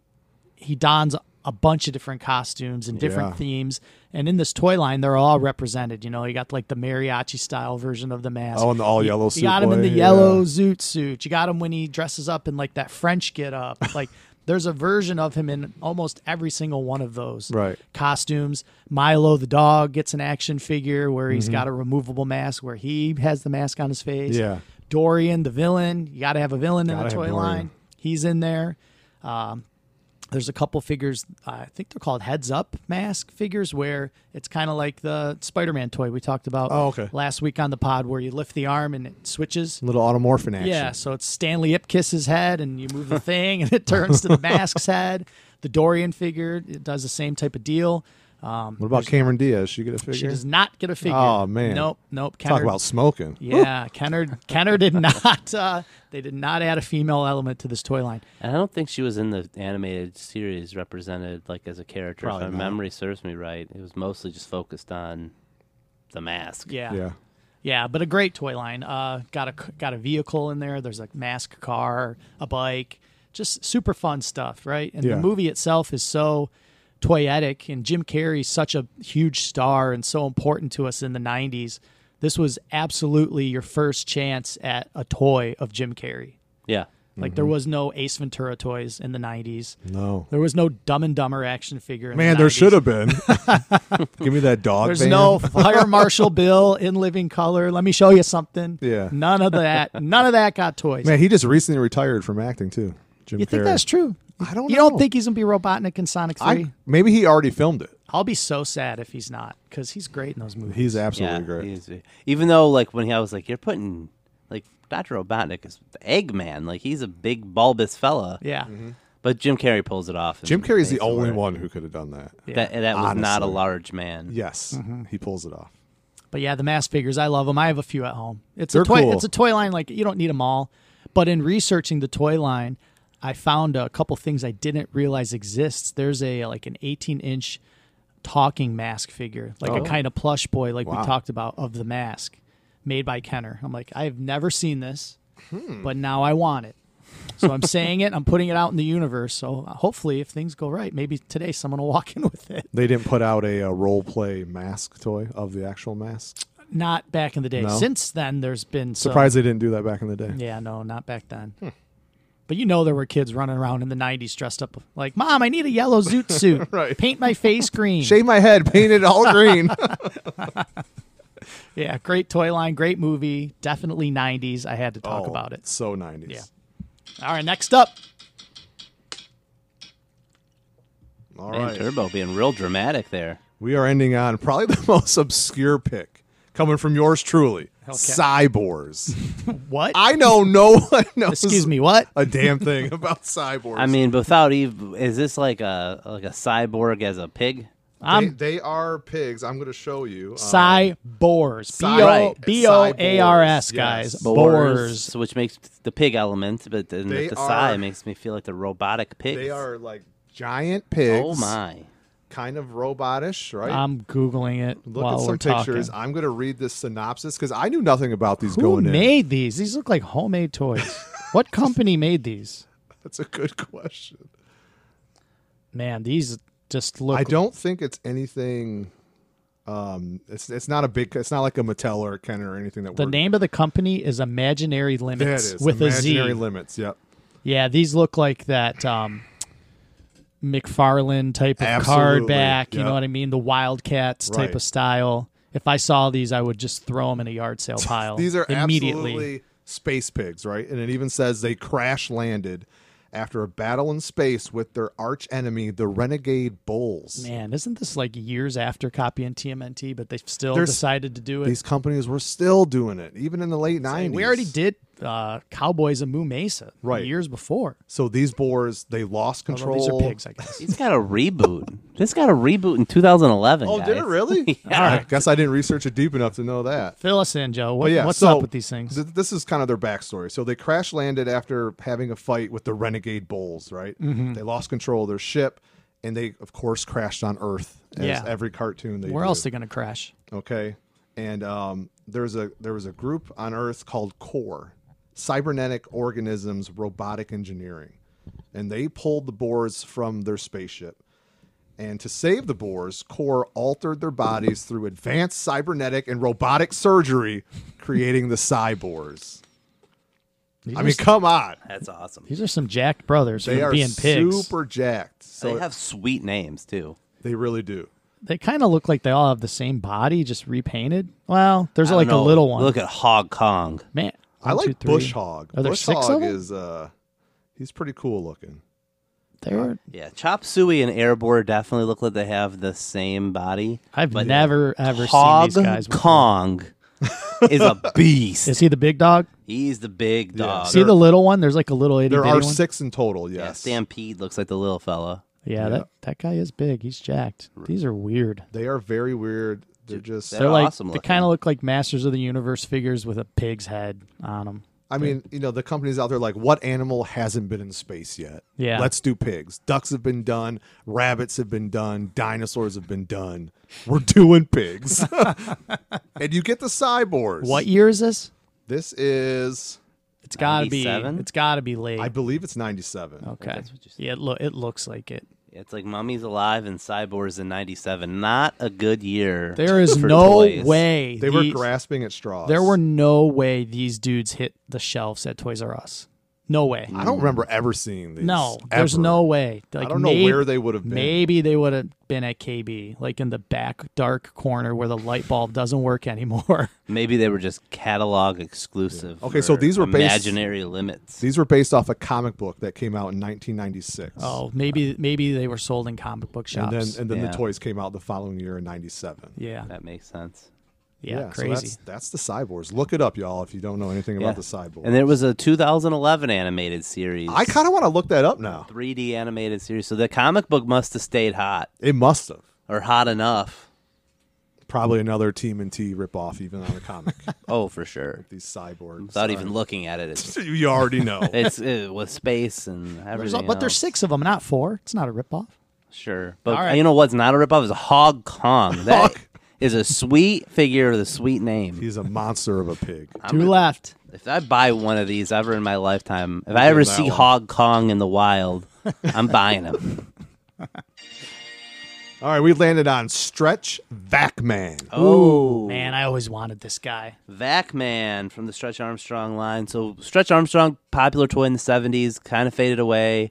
He dons a bunch of different costumes and different Yeah. themes, and in this toy line, they're all represented. You know, you got like the mariachi style version of the mask. Oh, and the all yellow You suit. got him in boy, the yeah. yellow zoot suit. You got him when he dresses up in like that French get up. Like there's a version of him in almost every single one of those Right. costumes. Milo the dog gets an action figure where he's Mm-hmm. got a removable mask where he has the mask on his face. Yeah. Dorian the villain. You got to have a villain in Gotta the have toy Dorian. line. He's in there. Um, there's a couple figures. I think they're called heads up mask figures, where it's kind of like the Spider-Man toy we talked about Oh, okay. last week on the pod, where you lift the arm and it switches. Little automorphin action. Yeah, so it's Stanley Ipkiss's head, and you move the thing, and it turns to the mask's head. The Dorian figure it does the same type of deal. Um, What about Cameron Diaz? She get a figure? she does not get a figure. Oh, man. nope, nope. Kenner, Talk about smoking. yeah, Kenner. Kenner did not. Uh, they did not add a female element to this toy line. And I don't think she was in the animated series represented like as a character. Probably if not. my memory serves me right, it was mostly just focused on the mask. Yeah. Yeah, but a great toy line. Uh, got a got a vehicle in there. There's a mask car, a bike, just super fun stuff, right? And Yeah. the movie itself is so toyetic, and Jim Carrey's such a huge star and so important to us in the '90s. This was absolutely your first chance at a toy of Jim Carrey. Yeah. Like Mm-hmm. there was no Ace Ventura toys in the '90s. No. There was no Dumb and Dumber action figure. In Man, the there 90s. should have been. Give me that dog. There's band. no Fire Marshal Bill in living color. Let me show you something. Yeah. None of that. None of that got toys. Man, he just recently retired from acting too. Jim you think Carrey. that's true? I don't You know. don't think he's gonna be Robotnik in Sonic Three? I, maybe he already filmed it. I'll be so sad if he's not, because he's great in those movies. He's absolutely yeah. great. he's- Even though like when he, I was like, you're putting like Dr. Robotnik is Eggman. Like he's a big bulbous fella. yeah. But Jim Carrey pulls it off. and Jim Carrey's the makes it only work. one who could have done that. That, that was not a Honestly. large man. Yes, Mm-hmm. he pulls it off. But yeah, the mass figures, I love them. I have a few at home. It's They're a toy. cool. It's a toy line. Like you don't need them all. But in researching the toy line, I found a couple things I didn't realize exists. There's a like an 18 inch talking mask figure, like a kind of plush boy, like Oh. Wow. we talked about of the mask, made by Kenner. I'm like, I've never seen this, Hmm. but now I want it. So I'm saying it. I'm putting it out in the universe. So hopefully, if things go right, maybe today someone will walk in with it. They didn't put out a, uh role play mask toy of the actual mask. Not back in the day. No? Since then, there's been some, Surprised they didn't do that back in the day. Yeah, no, not back then. Hmm. But you know there were kids running around in the '90s dressed up like, "Mom, I need a yellow zoot suit. Right. Paint my face green." Shave my head, paint it all green. yeah, great toy line, great movie, definitely '90s. I had to talk about it. Oh, So 90s. Yeah. All right, next up, All Man, right. Turbo being real dramatic there. We are ending on probably the most obscure pick coming from yours truly, Cyborgs. what? I know no one knows. Excuse me, what? A damn thing about cyborgs. I mean, without Eve, is this like a like a cyborg as a pig? they, I'm they are pigs. I'm going to show you. Um, Cybors. B O Right. B O A R S, Cyborgs, guys. yes. Bors. So which makes the pig element, but then They with the sigh are- makes me feel like the robotic pig. They are like giant pigs. Oh my! Kind of robotish, right? I'm googling it Um, Look while at we're some talking. pictures. I'm going to read this synopsis because I knew nothing about these Who going in. made these? These look like homemade toys. what company made these? That's a good question. Man, these just look. I don't think it's anything. Um, it's it's not a big. It's not like a Mattel or a Kenner or anything that The we're, name of the company is Imaginary That Limits is with imaginary a Z. limits. Yep. yeah, these look like that um, McFarlane type of card Absolutely, back. You yeah. know what I mean? The Wildcats type Right. of style. If I saw these, I would just throw them in a yard sale pile. These are immediately. absolutely space pigs, right? And it even says they crash landed after a battle in space with their arch enemy, the renegade bulls. Man, isn't this like years after copying TMNT, but they've still There's- decided to do it? These companies were still doing it, even in the late Hey, nineties. we already did uh, Cowboys and Moo Mesa Right. years before. So these boars, they lost Although control. These are pigs, I guess. He's got a reboot. this got a reboot in 2011. Oh, did guys. it really? Yeah. I guess I didn't research it deep enough to know that. Fill us in, Joe. What, But yeah, what's so up with these things? th- this is kind of their backstory. So they crash landed after having a fight with the renegade bulls, right? Mm-hmm. They lost control of their ship, and they of course crashed on Earth. As Yeah. every cartoon they Where do. else they going to crash? okay, and um, there's a there was a group on Earth called Core, Cybernetic Organisms Robotic Engineering, and they pulled the Boers from their spaceship. And to save the Boers, Core altered their bodies through advanced cybernetic and robotic surgery, creating the Cyborgs. These, I are, mean, s- come on. That's awesome. these are some jacked brothers They who are are being pigs. super jacked. So they have sweet names too. they really do. They kind of look like they all have the same body, just repainted. Well, there's I like don't a know. little one. Look at Hog Kong. Man, I one, two, like three. Bush Hog. Are there Bush six Hog of them? is uh he's pretty cool looking. They're- Yeah, Chop Suey and Airboard definitely look like they have the same body. I've but never ever Hog seen these guys. before. Kong is a beast. Is he the big dog? He's the big dog. See the little one? There's like a little itty There bitty are one. six in total, yes. Yeah, Stampede looks like the little fella. Yeah, that that guy is big. He's jacked. These are weird. They are very weird. They're just that- They're They're like awesome they looking. kind of look like Masters of the Universe figures with a pig's head on them. I mean, you know, the companies out there like what animal hasn't been in space yet? Yeah. Let's do pigs. Ducks have been done, rabbits have been done, dinosaurs have been done. We're doing pigs. and you get the cyborgs. What year is this? This is It's gotta be. 97? It's gotta be late. I believe it's 97. okay. That's what you said. yeah, it, lo- it looks like it. It's like Mummy's Alive and Cyborgs in 97. Not a good year. There is for no toys. way They were these- grasping at straws. There were no way these dudes hit the shelves at Toys R Us. No way. I don't remember ever seeing these. No, there's ever. no way. Like, I don't know may- where they would have been. Maybe they would have been at KB, like in the back dark corner where the light bulb doesn't work anymore. Maybe they were just catalog exclusive. Okay, so for these were based- imaginary limits. These were based off a comic book that came out in 1996. Oh, maybe maybe they were sold in comic book and shops. then and then Yeah. the toys came out the following year in 97. yeah, That makes sense. yeah, so crazy. that's, that's the cyborgs. Look it up, y'all, if you don't know anything Yeah. about the cyborgs. And there was a 2011 animated series. I kind of want to look that up now. 3D animated series. So the comic book must have stayed hot It must have. or hot enough. Probably another Team and T ripoff, even on a comic. Oh, for sure. These cyborgs. Without even looking at it, it's you already know. it's uh, with space and everything. There's a- but there's else. six of them, not four. It's not a ripoff. Sure, but All right. you know what's not a ripoff is Hog Kong. That Hog. is a sweet figure with a sweet name. He's a monster of a pig. Two left. If I buy one of these ever in my lifetime, if I ever getting that see one. Hog Kong in the wild, I'm buying him. All right, we landed on Stretch Vacman. Oh, Man, I always wanted this guy. Vac Man from the Stretch Armstrong line. So Stretch Armstrong, popular toy in the '70s, kind of faded away.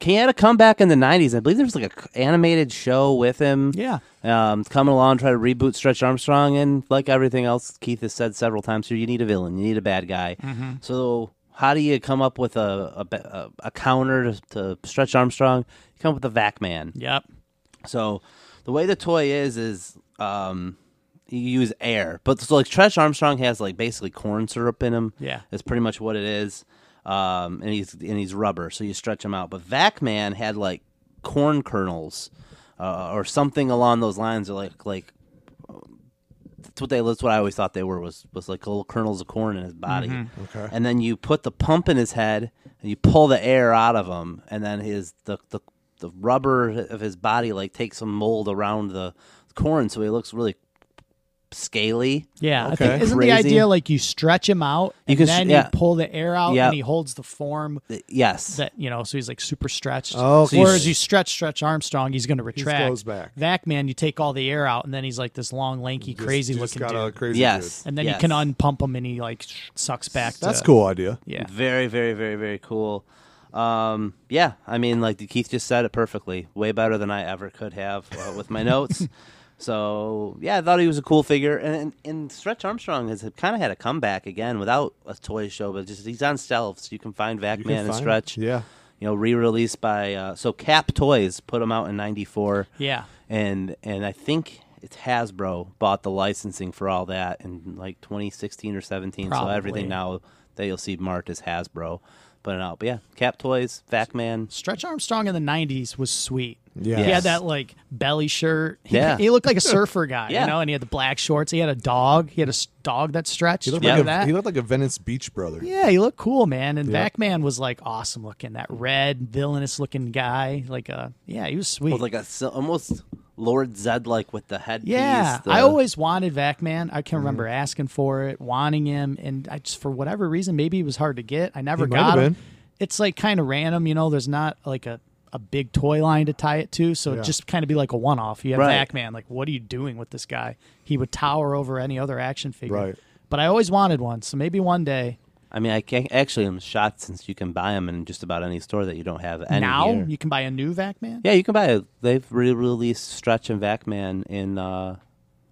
He had a comeback in the '90s. I believe there was like an animated show with him. Yeah. um, coming along, try to reboot Stretch Armstrong, and like everything else, Keith has said several times here, you need a villain, you need a bad guy. So how do you come up with a a, ba- a, a counter to, to Stretch Armstrong? You come up with a Vac Man. Yep. So the way the toy is is um you use air, but so like Tresh Armstrong has like basically corn syrup in him. Yeah. that's pretty much what it is. Um, and he's and he's rubber, so you stretch him out. But Vac Man had like corn kernels, uh, or something along those lines, or like like that's what they that's what I always thought they were was was like little kernels of corn in his body. Okay. And then you put the pump in his head and you pull the air out of him and then his the the, the rubber of his body like takes some mold around the corn so he looks really scaly. Yeah. I Okay. think, isn't Crazy. the idea like you stretch him out You and can s- then yeah. you pull the air out Yep. and he holds the form Th- Yes. that, you know, so he's like super stretched. Oh, So you Whereas s- you stretch, stretch Armstrong, he's going to retract. goes back. Vac Man, you take all the air out and then he's like this long, lanky, crazy Just- just looking got a dude. crazy yes. and then yes. you can unpump him and he like sucks back. dude. That's to, cool idea. Yeah. Very, very, very, very cool. Um, yeah, I mean, like Keith just said it perfectly. Way better than I ever could have uh, with my notes. so yeah, I thought he was a cool figure. And and, and Stretch Armstrong has kind of had a comeback again without a toy show, but just he's on shelves. You can find Vac You can Man and find- Stretch. Yeah. You know, re-released by uh, so Cap Toys put them out in '94 Yeah. and and I think it's Hasbro bought the licensing for all that in like 2016 or 17. So Probably. everything now that you'll see marked as Hasbro, but no, but yeah, Cap Toys, Vac Man. Stretch Armstrong in the '90s was sweet. Yeah. he Yes. had that like belly shirt. He, Yeah. he looked like a surfer guy, Yeah. you know. And he had the black shorts. He had a dog. He had a s- dog that stretched. He looked, Yeah. Remember like a, that? he looked like a Venice Beach brother. yeah, he looked cool, man. And Backman was like awesome looking. That red villainous looking guy, like uh, yeah, he was sweet. With like a sil- almost Lord Zed like with the headpiece. yeah, the- I always wanted Vacman. I can remember Mm-hmm. asking for it, wanting him, and I just for whatever reason, maybe it was hard to get. I never He might got have him. been. It's like kind of random, you know. There's not like a, a big toy line to tie it to, so it just kind of be like a one off. You have Right. Vacman, like what are you doing with this guy? He would tower over any other action figure. Right. But I always wanted one, so maybe one day. I mean, I can actually I'm shocked since you can buy them in just about any store that you don't have any now here. you can buy a new Vacman. Yeah, you can buy it. They've re-released Stretch and Vac Man in, uh,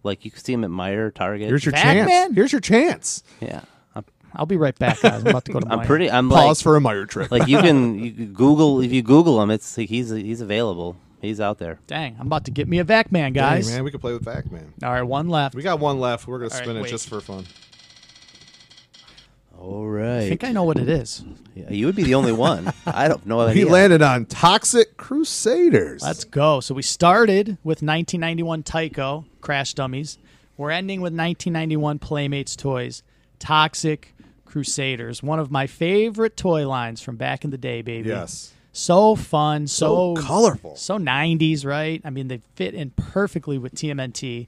like you can see them at Meyer, Target. Here's your Vac chance. Man? Here's your chance. yeah. I'm, I'll be right back, guys. I'm about to go to. I'm mine. pretty. I'm like, Pause for a Meyer trick. like you can you can Google if you Google him, it's he's he's available. He's out there. Dang, I'm about to get me a Vacman, guys. Hey, man, we could play with Vac Man. All right, one left. We got one left. We're gonna right, spin it wait. just for fun. All I right, think I know what it is. you would be the only one. I don't know. He idea. landed on Toxic Crusaders. Let's go. So we started with 1991 Tyco Crash Dummies. We're ending with 1991 Playmates Toys Toxic Crusaders, one of my favorite toy lines from back in the day, baby. yes. So fun, So so, colorful. so 90s, right? I mean, they fit in perfectly with TMNT.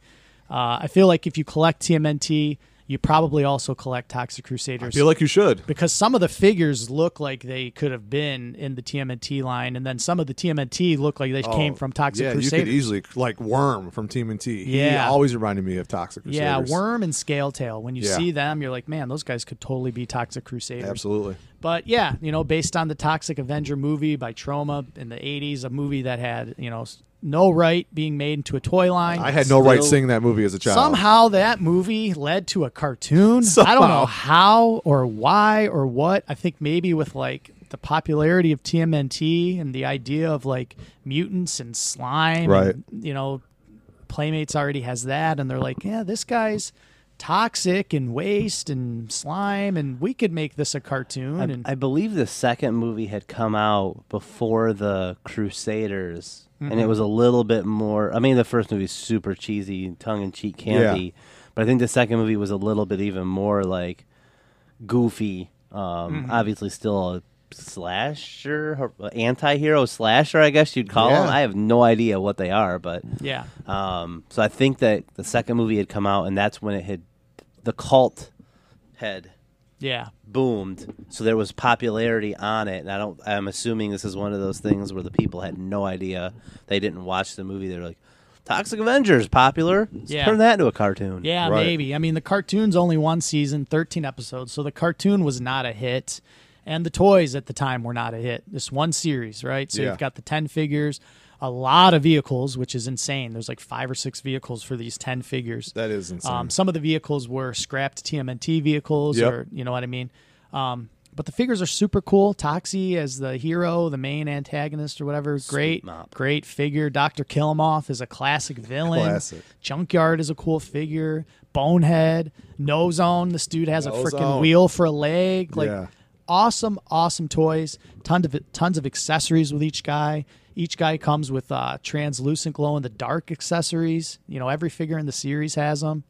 Uh, I feel like if you collect TMNT, you probably also collect Toxic Crusaders. Feel like you should. because some of the figures look like they could have been in the TMNT line, and then some of the TMNT look like they came from Toxic Oh, yeah, Crusaders. you could easily like Worm from Team and T. He Yeah. always reminded me of Toxic Crusaders. yeah, Worm and Scale Tail. When you Yeah. see them, you're like, man, those guys could totally be Toxic Crusaders. Absolutely. But yeah, you know, based on the Toxic Avenger movie by Troma in the 80s, a movie that had, you know, s- no right being made into a toy line. I had no right Still- seeing that movie as a child. Somehow that movie led to a cartoon. I don't Somehow. know how or why or what. I think maybe with like the popularity of TMNT and the idea of like mutants and slime. Right. and, you know, Playmates already has that. And they're like, yeah, this guy's toxic and waste and slime. And we could make this a cartoon. and I believe the second movie had come out before the Crusaders, Mm-hmm. and it was a little bit more. I mean, the first movie's super cheesy, tongue in cheek candy, but I think the second movie was a little bit even more like goofy. Um, Mm-hmm. Obviously, still a slasher, anti hero slasher, I guess you'd call Yeah. them. I have no idea what they are, but yeah. um, so I think that the second movie had come out, and that's when it had the cult had Yeah. boomed, so there was popularity on it. And I don't. I'm assuming this is one of those things where the people had no idea. They didn't watch the movie. They're like, "Toxic Avengers popular. Let's Yeah. Turn that into a cartoon." Yeah, Right. maybe. I mean, the cartoon's only one season, 13 episodes, so the cartoon was not a hit. And the toys at the time were not a hit. This one series, right? So Yeah. you've got the 10 figures, a lot of vehicles, which is insane. There's like five or six vehicles for these 10 figures. That is insane. Um, some of the vehicles were scrapped TMNT vehicles, Yep. or you know what I mean. Um, but the figures are super cool. Toxie as the hero, the main antagonist or whatever. Great, mop. great figure. Doctor Killamoff is a classic villain. Classic. Junkyard is a cool figure. Bonehead, Nozone. This dude has a freaking Nozone. wheel for a leg. Like Yeah. awesome, awesome toys. Tons of tons of accessories with each guy. Each guy comes with uh, translucent glow in the dark accessories. You know, every figure in the series has them.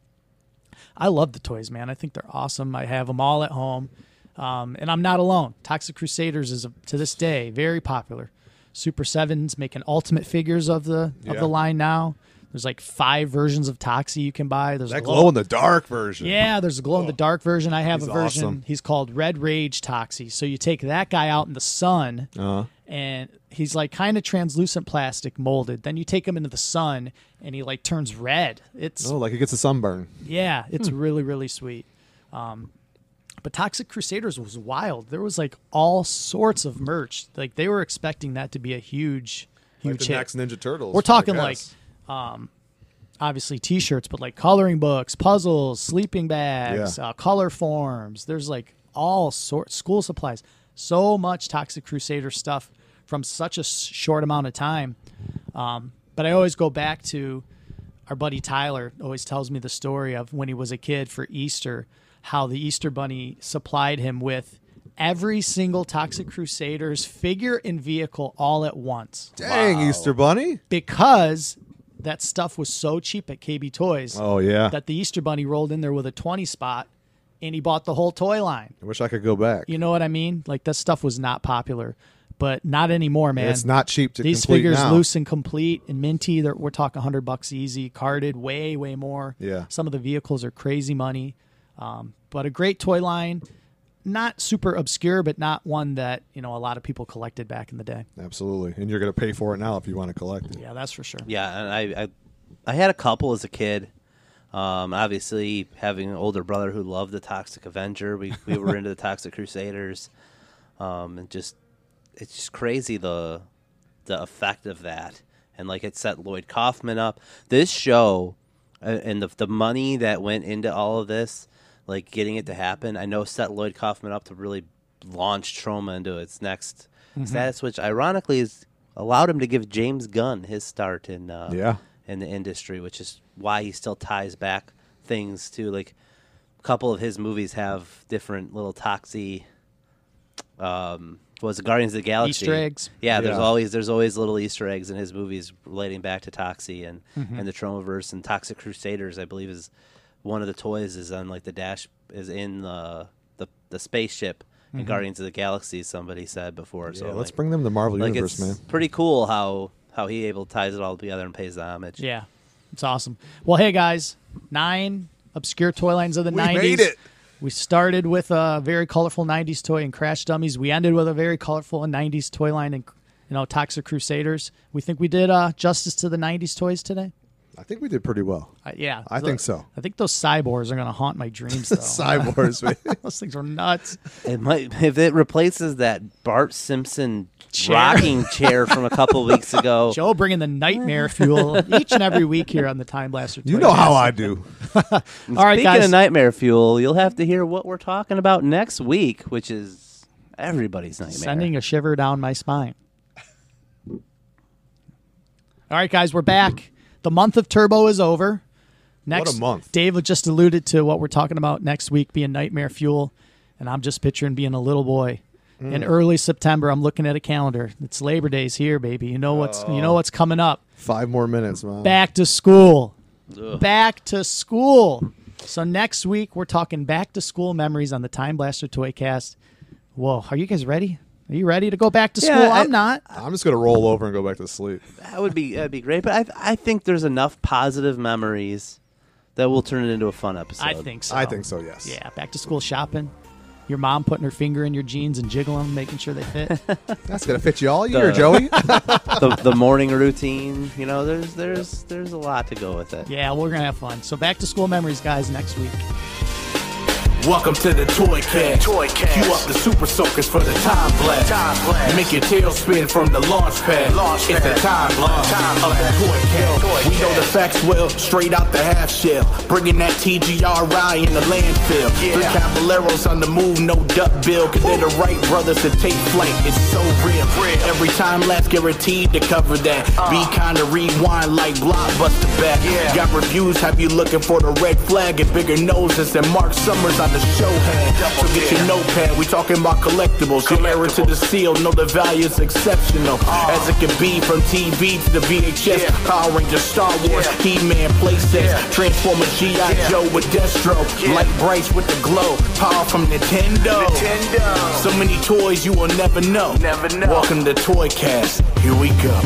I love the toys, man. I think they're awesome. I have them all at home, um, and I'm not alone. Toxic Crusaders is to this day very popular. Super Sevens making ultimate figures of the of Yeah. the line now. There's like five versions of Toxie you can buy. There's that a glow- glow in the dark version. yeah, there's a glow in the dark version. I have He's a version. awesome. He's called Red Rage Toxie. So you take that guy out in the sun, Uh-huh. and he's like kind of translucent plastic molded. Then you take him into the sun, and he like turns red. It's Oh, like it gets a sunburn. yeah, it's really really sweet. Um, but Toxic Crusaders was wild. There was like all sorts of merch. Like they were expecting that to be a huge, huge hit. Ninja Turtles. We're talking like, um, obviously T-shirts, but like coloring books, puzzles, sleeping bags, Yeah. uh, color forms. There's like all sorts school supplies. So much Toxic Crusader stuff from such a s- short amount of time. Um, but I always go back to our buddy Tyler. Always tells me the story of when he was a kid for Easter, how the Easter Bunny supplied him with. Every single Toxic Crusaders figure and vehicle all at once dang Easter Bunny. because that stuff was so cheap at KB Toys Oh yeah. that the Easter Bunny rolled in there with a 20 spot and he bought the whole toy line. I wish I could go back. You know what I mean? Like that stuff was not popular, but not anymore, man. it's not cheap to These complete figures now. loose and complete and minty, they're, we're talking 100 bucks easy, carded way way more. Yeah. Some of the vehicles are crazy money. Um, but a great toy line. Not super obscure, but not one that, you know, a lot of people collected back in the day. Absolutely, and you're gonna pay for it now if you want to collect it. Yeah, that's for sure. Yeah, and I, I, I had a couple as a kid. Um, obviously, having an older brother who loved the Toxic Avenger, we we were into the Toxic Crusaders, um, and just it's just crazy the the effect of that. And like it set Lloyd Kaufman up. This show uh, and the the money that went into all of this, like getting it to happen, I know set Lloyd Kaufman up to really launch Trauma into its next status, which ironically is allowed him to give James Gunn his start in uh, Yeah. in the industry, which is why he still ties back things to like a couple of his movies have different little toxie um was it Guardians of the Galaxy Easter eggs. yeah, there's Yeah. always there's always little Easter eggs in his movies relating back to Toxie and Mm-hmm. and the Tromaverse and Toxic Crusaders. I believe is one of the toys is on like the dash is in the the, the spaceship in Guardians of the Galaxy. Somebody said before. so Mm-hmm. Yeah, let's like- bring them to Marvel like Universe, it's man. pretty cool how how he able ties it all together and pays the homage. Yeah, it's awesome. Well, hey guys, nine obscure toy lines of the We 90s. made it. We started with a very colorful 90s toy in Crash Dummies. We ended with a very colorful 90s toy line in you know Toxic Crusaders. We think we did uh, justice to the 90s toys today. I think we did pretty well. Uh, yeah, I think so. I think those cyborgs are going to haunt my dreams though. Cyborgs, man. those things are nuts. It might if it replaces that Bart Simpson Chair. rocking chair from a couple weeks ago. Joe bringing the nightmare fuel each and every week here on the Time Blaster. You Toy know how Cast. I do. All right, Speaking guys. of nightmare fuel, you'll have to hear what we're talking about next week, which is everybody's nightmare. Sending a shiver down my spine. All right, guys, we're back. The month of Turbo is over. Next a month. Dave just alluded to what we're talking about next week being nightmare fuel, and I'm just picturing being a little boy. Mm. In early September, I'm looking at a calendar. It's Labor Day's here, baby. You know what's you Oh. know what's coming up. Five more minutes, man. Back to school. Back to school. So next week we're talking back to school memories on the Time Blaster Toycast. Whoa, are you guys ready? Are you ready to go back to school? Yeah, I- I'm not. I'm just gonna roll over and go back to sleep. that would be that'd be great. But I I think there's enough positive memories that will turn it into a fun episode. I think so. I think so. Yes. Yeah, back to school shopping. Your mom putting her finger in your jeans and jiggling them, making sure they fit. That's gonna fit you all year, Duh. Joey. the, the morning routine. You know, there's there's there's a lot to go with it. yeah, we're gonna have fun. So back to school memories, guys, next week. Welcome to the Toy Cast. Toy Cast. You up the super soakers for the time blast. Time blast. Make your tail spin from the launch pad. Launch it's pad. the time blast. Time of blast. the Toy Cast. Toy we know the Cast. facts well, straight out the half shell. Bringing that TGRI in the landfill. Yeah. The Caballeros on the move, no duck bill. Cause they're the right brothers to take flight. It's so real. Real. Uh. Every time lapse guaranteed to cover that. Be kind to rewind like blockbuster back. Yeah. Got reviews have you looking for the red flag and bigger noses than Mark Summers on the show hand. So get your notepad, we talking about collectibles. Your error to the seal, know the value's exceptional. As it can be from TV to the VHS, Ah. Yeah. Power Rangers, Star Wars, Yeah. He-Man, playsets, Yeah. Transformers, G.I. Yeah. Joe with Destro, Yeah. Light Brights with the glow, Power from Nintendo. Nintendo. So many toys you will never know. Never know. Welcome to Toy Cast. Here we go.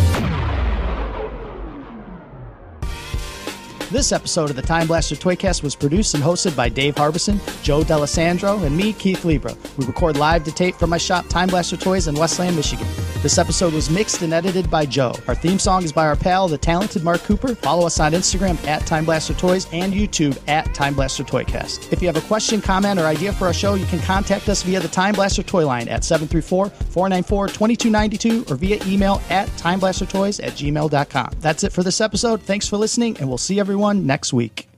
This episode of the Time Blaster Toycast was produced and hosted by Dave Harbison, Joe D'Alessandro, and me, Keith Libra. We record live to tape from my shop, Time Blaster Toys, in Westland, Michigan. This episode was mixed and edited by Joe. Our theme song is by our pal, the talented Mark Cooper. Follow us on Instagram at Time Blaster Toys and YouTube at Time Blaster Toycast. If you have a question, comment, or idea for our show, you can contact us via the Time Blaster Toy line at 734 494 2292 or via email at timeblastertoys at gmail.com. That's it for this episode. Thanks for listening, and we'll see everyone next week.